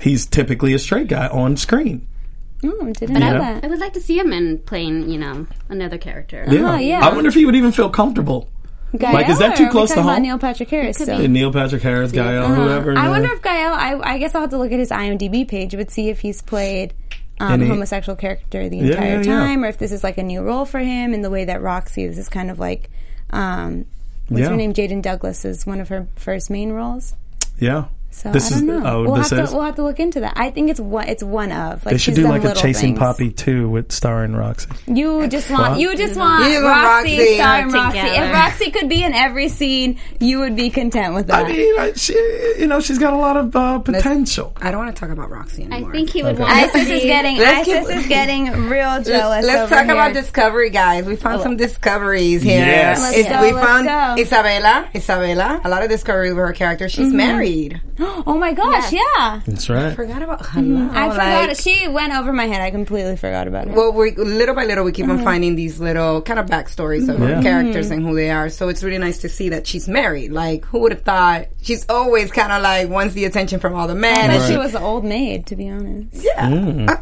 Speaker 6: he's typically a straight guy on screen.
Speaker 3: Mm, didn't
Speaker 6: I-
Speaker 3: know
Speaker 5: I
Speaker 3: that.
Speaker 5: would like to see him in playing, you know, another character.
Speaker 3: Oh, yeah.
Speaker 6: I wonder if he would even feel comfortable.
Speaker 3: Gael,
Speaker 6: Like, is that too
Speaker 3: or are we
Speaker 6: close to
Speaker 3: talking about
Speaker 6: home?
Speaker 3: Neil Patrick Harris. still?
Speaker 6: Neil Patrick Harris, Gael, whoever.
Speaker 3: Uh-huh. I
Speaker 6: yeah.
Speaker 3: wonder if Gael. I, I guess I'll have to look at his IMDb page, but see if he's played um, a
Speaker 6: Any-
Speaker 3: homosexual character the
Speaker 6: yeah,
Speaker 3: entire
Speaker 6: yeah.
Speaker 3: time, or if this is like a new role for him. In the way that Roxy, this is kind of like um, what's
Speaker 6: Yeah.
Speaker 3: her name? Jaden Douglas is one of her first main roles.
Speaker 6: Yeah.
Speaker 3: So
Speaker 6: This
Speaker 3: I don't know.
Speaker 6: is- oh,
Speaker 3: we'll
Speaker 6: this
Speaker 3: have
Speaker 6: is-
Speaker 3: to we'll have to look into that. I think it's one it's one of like
Speaker 6: They should
Speaker 3: she's
Speaker 6: do
Speaker 3: done
Speaker 6: like a
Speaker 3: little
Speaker 6: Chasing
Speaker 3: things.
Speaker 6: Poppy 2 with starring Roxy.
Speaker 3: You just want you just want
Speaker 4: You want
Speaker 3: Roxy,
Speaker 4: Roxy.
Speaker 3: starring
Speaker 5: Together.
Speaker 3: Roxy. If Roxy could be in every scene, you would be content with that.
Speaker 6: I mean, I, she, you know, she's got a lot of uh, potential.
Speaker 4: I don't want to talk about Roxy
Speaker 5: I
Speaker 4: anymore.
Speaker 5: think he would want to
Speaker 3: ISIS
Speaker 5: see.
Speaker 3: is getting
Speaker 4: Let's keep-
Speaker 3: ISIS is getting real jealous.
Speaker 4: Let's
Speaker 3: over
Speaker 4: talk
Speaker 3: here.
Speaker 4: about discovery, guys. We found some discoveries here.
Speaker 6: Yes. Let's
Speaker 4: It's-
Speaker 3: go,
Speaker 4: we
Speaker 3: let's
Speaker 4: found
Speaker 3: go. Mm-hmm.
Speaker 4: Isabella. Isabella. A lot of discoveries with her character. She's married.
Speaker 3: Oh my gosh, yeah.
Speaker 6: That's right.
Speaker 4: Forgot about. Hello,
Speaker 3: Mm-hmm. I forgot
Speaker 4: like-
Speaker 3: it. She went over my head. I completely forgot about it.
Speaker 4: Well, we little by little we keep
Speaker 3: Mm-hmm.
Speaker 4: on finding these little kind of backstories of
Speaker 6: Yeah.
Speaker 4: characters and who they are. So it's really nice to see that she's married. Like, who would have thought? She's always kind of like wants the attention from all the men.
Speaker 3: but she
Speaker 6: Right. Hmm.
Speaker 3: was an old maid, to be honest.
Speaker 4: Yeah. Uh,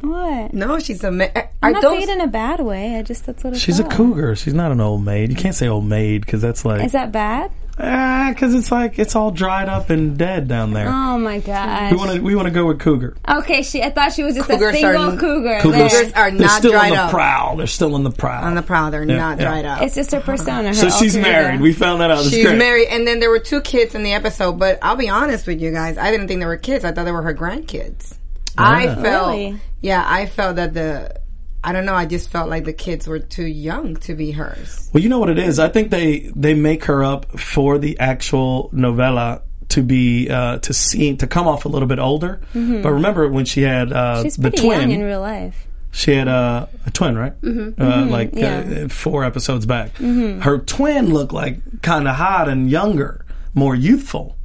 Speaker 3: What?
Speaker 4: no, she's a. Ma- are
Speaker 3: I'm not
Speaker 4: those?
Speaker 3: saying it in a bad way. I just that's what it
Speaker 6: She's a cougar. She's not an old maid. You can't say old maid because that's like
Speaker 3: Is that bad?
Speaker 6: because Eh, it's like it's all dried up and dead down there.
Speaker 3: Oh my gosh.
Speaker 6: we want to we want to go with cougar.
Speaker 3: okay, she. I thought she was just
Speaker 4: Cougars
Speaker 3: a single
Speaker 4: are-
Speaker 3: cougar.
Speaker 6: Cougars
Speaker 3: there.
Speaker 4: are
Speaker 6: They're
Speaker 4: not
Speaker 6: still
Speaker 4: dried
Speaker 6: on the
Speaker 4: up.
Speaker 6: prowl. They're still on the prowl.
Speaker 4: on the prowl, they're
Speaker 6: Yeah,
Speaker 4: not
Speaker 6: yeah.
Speaker 4: dried up.
Speaker 3: It's just her persona. Her
Speaker 6: so she's
Speaker 3: alter ego.
Speaker 6: married. We found that out. That's
Speaker 4: She's
Speaker 6: great.
Speaker 4: married, and then there were two kids in the episode. But I'll be honest with you guys, I didn't think they were kids. I thought they were her grandkids. I
Speaker 6: Yeah.
Speaker 4: felt,
Speaker 3: Really?
Speaker 4: yeah, I felt that the, I don't know, I just felt like the kids were too young to be hers.
Speaker 6: Well, you know what it is. I think they they make her up for the actual novella to be uh, to see to come off a little bit older.
Speaker 4: Mm-hmm.
Speaker 6: But remember when she had uh,
Speaker 3: She's
Speaker 6: the
Speaker 3: pretty
Speaker 6: twin.
Speaker 3: young in real life.
Speaker 6: She had uh, a twin, right? Mm-hmm. Uh, Like uh, four episodes back.
Speaker 3: Mm-hmm.
Speaker 6: Her twin looked like kind of hot and younger, more youthful.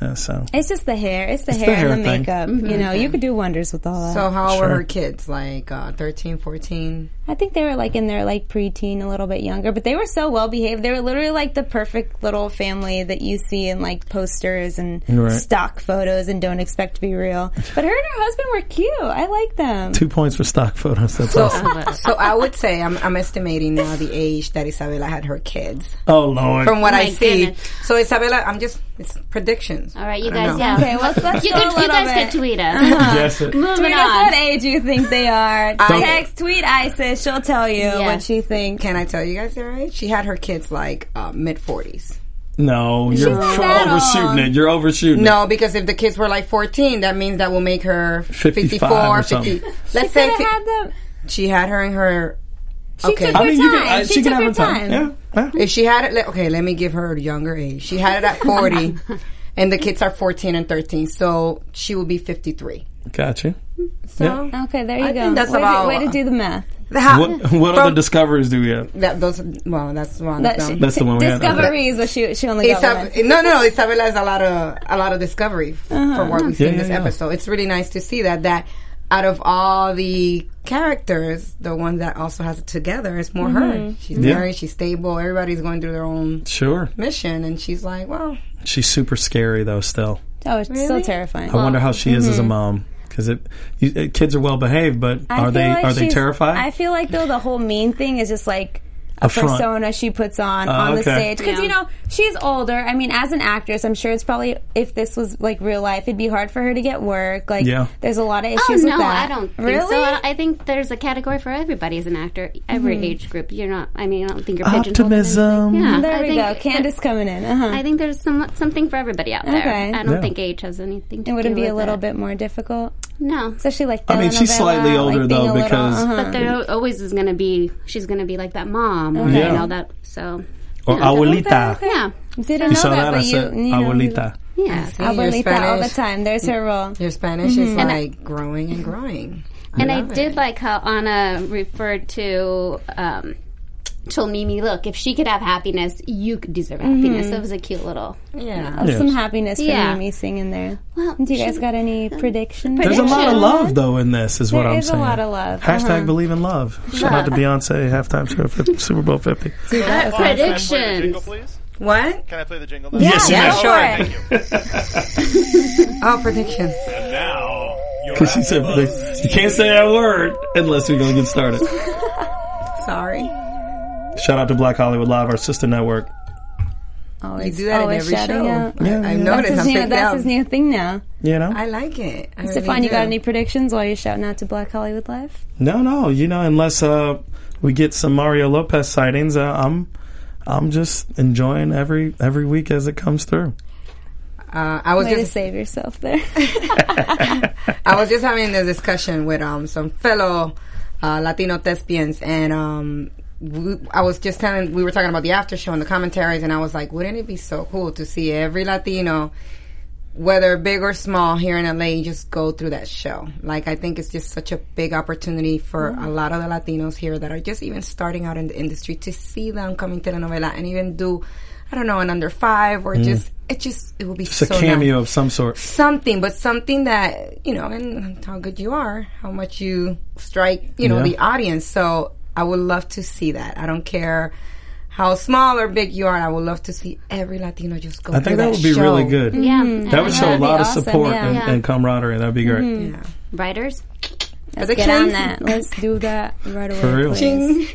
Speaker 6: Uh, so
Speaker 3: It's just the hair. It's the hair
Speaker 6: the
Speaker 3: and the
Speaker 6: hair thing.
Speaker 3: makeup. You know, you could do wonders with all that.
Speaker 4: So how old were
Speaker 6: Sure.
Speaker 4: her kids? Like uh, 13, 14?
Speaker 3: I think they were like in their like preteen, a little bit younger, but they were so well behaved. They were literally like the perfect little family that you see in like posters and
Speaker 6: Right.
Speaker 3: stock photos and don't expect to be real. But her and her husband were cute. I like them.
Speaker 6: two points for stock photos. That's awesome.
Speaker 4: so I would say I'm, I'm estimating now the age that Isabella had her kids
Speaker 6: Oh lord.
Speaker 4: from what
Speaker 5: Oh
Speaker 4: I
Speaker 5: my
Speaker 4: see.
Speaker 5: goodness.
Speaker 4: So Isabella, I'm just it's predictions.
Speaker 5: All right, you
Speaker 4: I don't know.
Speaker 5: guys, yeah.
Speaker 3: Okay, let's, let's
Speaker 5: You,
Speaker 3: go
Speaker 5: could,
Speaker 3: a
Speaker 5: you
Speaker 3: little
Speaker 5: guys
Speaker 3: bit.
Speaker 5: could tweet us.
Speaker 6: yes. It,
Speaker 5: Moving
Speaker 3: Tweet us
Speaker 5: on.
Speaker 3: what age you think they are. Text, tweet ISIS. She'll tell you what
Speaker 5: Yes.
Speaker 3: she thinks.
Speaker 4: Can I tell you guys their age? She had her kids like uh, mid 40s.
Speaker 6: no, you're
Speaker 3: not
Speaker 6: f-
Speaker 3: that
Speaker 6: overshooting
Speaker 3: old.
Speaker 6: it. You're overshooting it.
Speaker 4: No, because if the kids were like 14, that means that will make her
Speaker 6: 55
Speaker 4: 54,
Speaker 6: or something.
Speaker 4: 50. Let's
Speaker 3: Could
Speaker 4: say
Speaker 3: have
Speaker 4: fi-
Speaker 3: had them.
Speaker 4: she had her in her. okay.
Speaker 3: took her-
Speaker 6: you
Speaker 3: time.
Speaker 6: uh,
Speaker 3: She took her time.
Speaker 6: Yeah. yeah.
Speaker 4: if she had it, le- okay, let me give her a younger age. She had it at 40, and the kids are 14 and 13, so she will be 53.
Speaker 6: Gotcha.
Speaker 4: So.
Speaker 6: Yeah.
Speaker 3: Okay, there you
Speaker 4: I
Speaker 3: go.
Speaker 4: think that's
Speaker 3: way,
Speaker 4: about-
Speaker 3: to, way to do the math.
Speaker 4: How-
Speaker 6: What, what
Speaker 4: from-
Speaker 6: other discoveries do we have?
Speaker 4: That, those, well, that's one
Speaker 3: That
Speaker 4: of
Speaker 3: she-
Speaker 4: them.
Speaker 6: That's the one we had.
Speaker 3: Discoveries, but she, she only got one.
Speaker 4: Isab- no, no, Isabella has a lot of a lot of discovery f-
Speaker 3: Uh-huh.
Speaker 4: from what we see in
Speaker 6: Yeah,
Speaker 4: this
Speaker 6: yeah, yeah.
Speaker 4: episode. It's really nice to see that that out of all the characters, the one that also has it together is more
Speaker 3: Mm-hmm.
Speaker 4: her. She's
Speaker 6: Yeah.
Speaker 4: married, she's stable. Everybody's going through their own
Speaker 6: Sure.
Speaker 4: mission, and she's like, "Well,
Speaker 6: She's super scary though. Still,
Speaker 3: Oh, it's so terrifying.
Speaker 6: I wonder how she is as a mom because it, you, uh, kids are well behaved, but
Speaker 3: mm-hmm. I
Speaker 6: are
Speaker 3: feel
Speaker 6: they
Speaker 3: like
Speaker 6: are they
Speaker 3: she's-
Speaker 6: terrified?
Speaker 3: I feel like though the whole mean thing is just like a,
Speaker 6: A front. Ah,
Speaker 3: persona she puts on on the
Speaker 6: okay.
Speaker 3: stage because you know she's older. I mean, as an actress, I'm sure it's probably if this was like real life, it'd be hard for her to get work. Like,
Speaker 6: Yeah.
Speaker 3: there's a lot of
Speaker 5: Oh,
Speaker 3: issues with
Speaker 5: no, I
Speaker 3: that.
Speaker 5: don't think
Speaker 3: really. Mm-hmm.
Speaker 5: so. I, don't- I think there's a category for everybody as an actor, every age group. You're not, I mean, I don't think you're pigeonholed. in anything.
Speaker 6: Optimism.
Speaker 5: Yeah,
Speaker 3: there
Speaker 5: I
Speaker 3: we
Speaker 5: think-
Speaker 3: go. Candace coming in. Uh-huh.
Speaker 5: I think there's some, something for everybody out there.
Speaker 3: Okay.
Speaker 5: I don't
Speaker 6: Yeah.
Speaker 5: think age has anything to
Speaker 3: it wouldn't
Speaker 5: do
Speaker 3: be a
Speaker 5: with
Speaker 3: little
Speaker 5: it.
Speaker 3: bit more difficult,
Speaker 5: No.
Speaker 3: especially like.
Speaker 6: I mean, she's
Speaker 3: telenovela,
Speaker 6: slightly
Speaker 3: like,
Speaker 6: older,
Speaker 3: being
Speaker 6: though,
Speaker 3: a little-
Speaker 6: because-
Speaker 3: uh-huh.
Speaker 5: But there always is going to be, she's going to be like that mom or,
Speaker 6: Yeah.
Speaker 5: you know, that, so.
Speaker 6: Or Oh, abuelita.
Speaker 3: Okay, okay.
Speaker 5: Yeah.
Speaker 3: Didn't
Speaker 6: You
Speaker 3: know
Speaker 6: saw that?
Speaker 3: but
Speaker 6: I
Speaker 3: you,
Speaker 6: said
Speaker 3: you know,
Speaker 6: abuelita.
Speaker 5: Yeah.
Speaker 4: your
Speaker 3: Abuelita all the
Speaker 4: Spanish-
Speaker 3: time. There's her role.
Speaker 4: your Spanish
Speaker 3: Mm-hmm.
Speaker 4: is like growing and growing."
Speaker 5: And I
Speaker 4: love it.
Speaker 5: did like how Anna referred to um, told Mimi, look, if she could have happiness, you could deserve happiness. So it was a cute little.
Speaker 4: Mm-hmm. Yeah,
Speaker 6: Yes.
Speaker 3: Some happiness for
Speaker 5: Yeah.
Speaker 3: Mimi singing there.
Speaker 5: Well,
Speaker 3: Do you guys
Speaker 5: she-
Speaker 3: got any predictions?
Speaker 6: There's a lot of love though in this, is what
Speaker 3: There
Speaker 6: I'm
Speaker 3: is a
Speaker 6: saying.
Speaker 3: lot of love.
Speaker 6: Hashtag
Speaker 3: Uh-huh.
Speaker 6: believe in love. Shout out to Beyonce halftime show for Super Bowl 50.
Speaker 5: predictions.
Speaker 7: please?
Speaker 4: what?
Speaker 7: Can I play the jingle now?
Speaker 6: Yes,
Speaker 4: yeah,
Speaker 6: you
Speaker 4: sure.
Speaker 7: Thank you.
Speaker 4: Oh, prediction.
Speaker 7: And now, your
Speaker 6: Because she said predict- you can't say that word unless we're gonna get started.
Speaker 4: Sorry.
Speaker 6: Shout out to Black Hollywood Live, our sister network.
Speaker 4: You
Speaker 3: Always,
Speaker 4: do that in
Speaker 3: always
Speaker 4: every
Speaker 3: shouting
Speaker 4: show.
Speaker 3: out.
Speaker 4: I, I
Speaker 3: That's,
Speaker 4: noticed.
Speaker 3: his
Speaker 4: I'm
Speaker 3: new,
Speaker 4: picked
Speaker 3: that's
Speaker 4: out.
Speaker 3: his new thing now.
Speaker 6: You know?
Speaker 4: I like it. I
Speaker 3: Stefan,
Speaker 4: really
Speaker 3: you got
Speaker 4: do.
Speaker 3: any predictions while you're shouting out to Black Hollywood Live?
Speaker 6: No, no. You know, unless uh, we get some Mario Lopez sightings, uh, I'm I'm just enjoying every every week as it comes through.
Speaker 4: Uh, I was
Speaker 3: Way to
Speaker 4: just
Speaker 3: save yourself there.
Speaker 4: I was just having this discussion with um some fellow uh, Latino thespians, and um we, I was just telling we were talking about the after show and the commentaries, and I was like, wouldn't it be so cool to see every Latino, whether big or small, here in LA, just go through that show? Like, I think it's just such a big opportunity for a lot of the Latinos here that are just even starting out in the industry to see the upcoming telenovela and even do. I don't know, an under five or just, it just, it would be
Speaker 6: It's Mm. a
Speaker 4: so nice
Speaker 6: cameo of some sort.
Speaker 4: something, but something that you know, and how good you are, how much you strike, you know,
Speaker 6: Yeah.
Speaker 4: the audience. So I would love to see that. I don't care how small or big you are. I would love to see every Latino just go.
Speaker 6: I
Speaker 4: through
Speaker 6: think that would be
Speaker 4: show.
Speaker 6: really good.
Speaker 5: Yeah.
Speaker 6: That would show a
Speaker 3: That'd be
Speaker 6: lot of
Speaker 3: awesome,
Speaker 6: support
Speaker 3: yeah.
Speaker 6: and,
Speaker 5: Yeah.
Speaker 6: and camaraderie. That'd be great.
Speaker 5: Writers?
Speaker 3: Let's get on that. Let's do that right away.
Speaker 6: For real.
Speaker 3: please.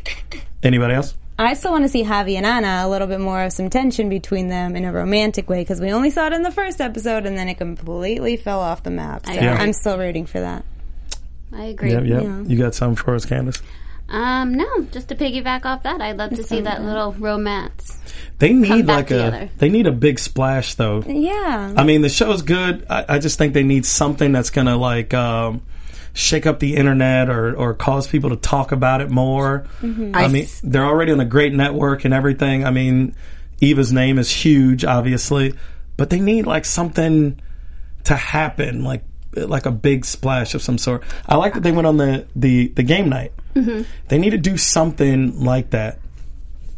Speaker 6: Anybody else?
Speaker 3: I still want to see Javi and Anna a little bit more of some tension between them in a romantic way because we only saw it in the first episode and then it completely fell off the map. So
Speaker 5: Yeah.
Speaker 3: I'm still rooting for that.
Speaker 5: I agree.
Speaker 6: Yep, yep.
Speaker 3: Yeah.
Speaker 6: You got some for us, Candace.
Speaker 5: Um, no, just to piggyback off that, I'd love to see that little romance.
Speaker 6: They need
Speaker 5: back
Speaker 6: like
Speaker 5: together.
Speaker 6: a they need a big splash though.
Speaker 3: Yeah.
Speaker 6: I mean, the show's good. I, I just think they need something that's gonna like um, shake up the internet or, or cause people to talk about it more. I,
Speaker 4: I
Speaker 6: mean,
Speaker 4: s-
Speaker 6: they're already on a great network and everything. I mean, Eva's name is huge, obviously, but they need like something to happen, like like a big splash of some sort. I like that they went on the the, the game night.
Speaker 5: Mm-hmm.
Speaker 6: They need to do something like that,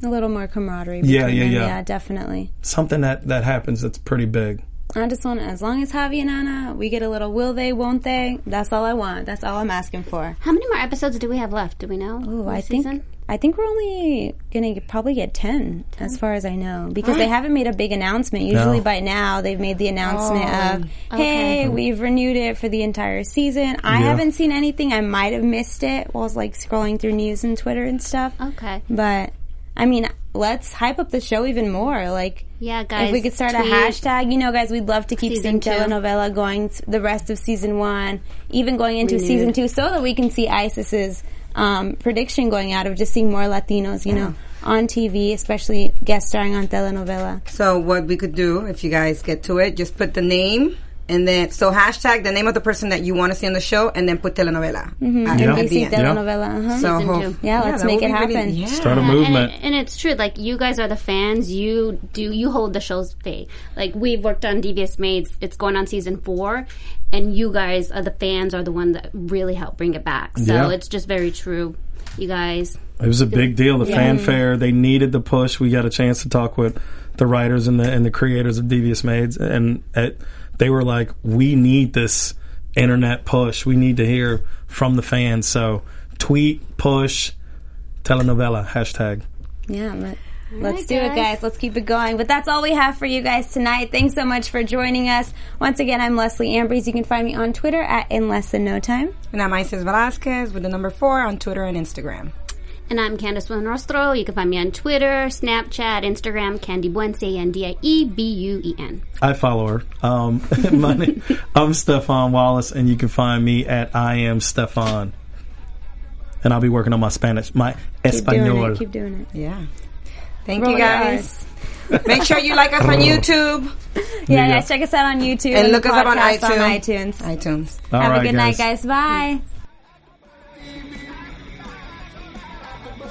Speaker 3: a little more camaraderie.
Speaker 6: Yeah,
Speaker 3: between
Speaker 6: yeah,
Speaker 3: them.
Speaker 6: yeah.
Speaker 3: Yeah, definitely.
Speaker 6: something that that happens that's pretty big.
Speaker 3: I just want, as long as Javi and Anna, we get a little will they, won't they. That's all I want. That's all I'm asking for.
Speaker 5: How many more episodes do we have left? Do we know?
Speaker 3: Ooh,
Speaker 5: This
Speaker 3: I think
Speaker 5: season?
Speaker 3: I think we're only gonna get, probably get 10, as far as I know because they haven't made a big announcement. Usually
Speaker 6: No. Mm-hmm.
Speaker 3: by now they've made the announcement of
Speaker 5: Oh. okay.
Speaker 3: hey we've renewed it for the entire season. I
Speaker 6: Yeah.
Speaker 3: haven't seen anything. I might have missed it while I was like scrolling through news and Twitter and stuff.
Speaker 5: Okay.
Speaker 3: But I mean, let's hype up the show even more. Like,
Speaker 5: Yeah, guys,
Speaker 3: if we could start
Speaker 5: tweet.
Speaker 3: a hashtag, you know, guys, we'd love to keep seeing
Speaker 5: Season two.
Speaker 3: telenovela going t- the rest of season one, even going into season two, so that we can see ISIS's um, prediction going out of just seeing more Latinos, you know, on TV, especially guest starring on telenovela.
Speaker 4: So what we could do if you guys get to it, just put the name. And then, so hashtag the name of the person that you want to see on the show, and then put telenovela at,
Speaker 6: Yeah.
Speaker 4: at the
Speaker 3: Mm-hmm. See
Speaker 4: end.
Speaker 6: Yeah.
Speaker 3: telenovela. Uh-huh.
Speaker 4: So
Speaker 5: Season
Speaker 4: hope-
Speaker 5: two.
Speaker 3: Yeah, let's
Speaker 4: that
Speaker 3: make
Speaker 4: would
Speaker 3: it
Speaker 4: be really-
Speaker 3: happen.
Speaker 4: yeah.
Speaker 6: Start a
Speaker 5: Yeah,
Speaker 6: movement.
Speaker 5: And, it, and it's true. Like you guys are the fans. You do. You hold the show's fate. Like we've worked on Devious Maids. It's going on season four, and you guys are the fans. Are the one that really help bring it back. So
Speaker 6: Yeah.
Speaker 5: it's just very true. You guys.
Speaker 6: It was a big deal. The fanfare. They needed the push. We got a chance to talk with the writers and the and the creators of Devious Maids, and it, they were like, "We need this internet push. We need to hear from the fans." So tweet, push, telenovela hashtag.
Speaker 3: Yeah, let, let's
Speaker 5: right,
Speaker 3: do it,
Speaker 5: guys.
Speaker 3: guys. Let's keep it going. But that's all we have for you guys tonight. Thanks so much for joining us. Once again, I'm Leslie Ambries. You can find me on Twitter at In Less Than No Time.
Speaker 4: And I'm Isis Velasquez with the number four on Twitter and Instagram.
Speaker 5: And I'm Candace Buenrostro. You can find me on Twitter, Snapchat, Instagram, Candy Buen, E C-A-N-D-I-E-B-U-E-N.
Speaker 6: I follow her. Um, my name, I'm Stefan Wallace, and you can find me at I am Stefan. And I'll be working on my Spanish, my
Speaker 3: Keep doing
Speaker 6: Espanol.
Speaker 3: it. Keep doing it.
Speaker 4: Yeah. Thank
Speaker 3: Roll
Speaker 4: you
Speaker 3: your
Speaker 4: guys. Make sure you like us on YouTube,
Speaker 3: Yeah,
Speaker 6: Yeah.
Speaker 3: guys, check us out on YouTube
Speaker 4: And
Speaker 3: the
Speaker 4: look us up on
Speaker 3: podcast
Speaker 4: iTunes.
Speaker 3: iTunes.
Speaker 4: iTunes.
Speaker 6: All
Speaker 3: Have
Speaker 6: right,
Speaker 3: a good night, guys. Bye.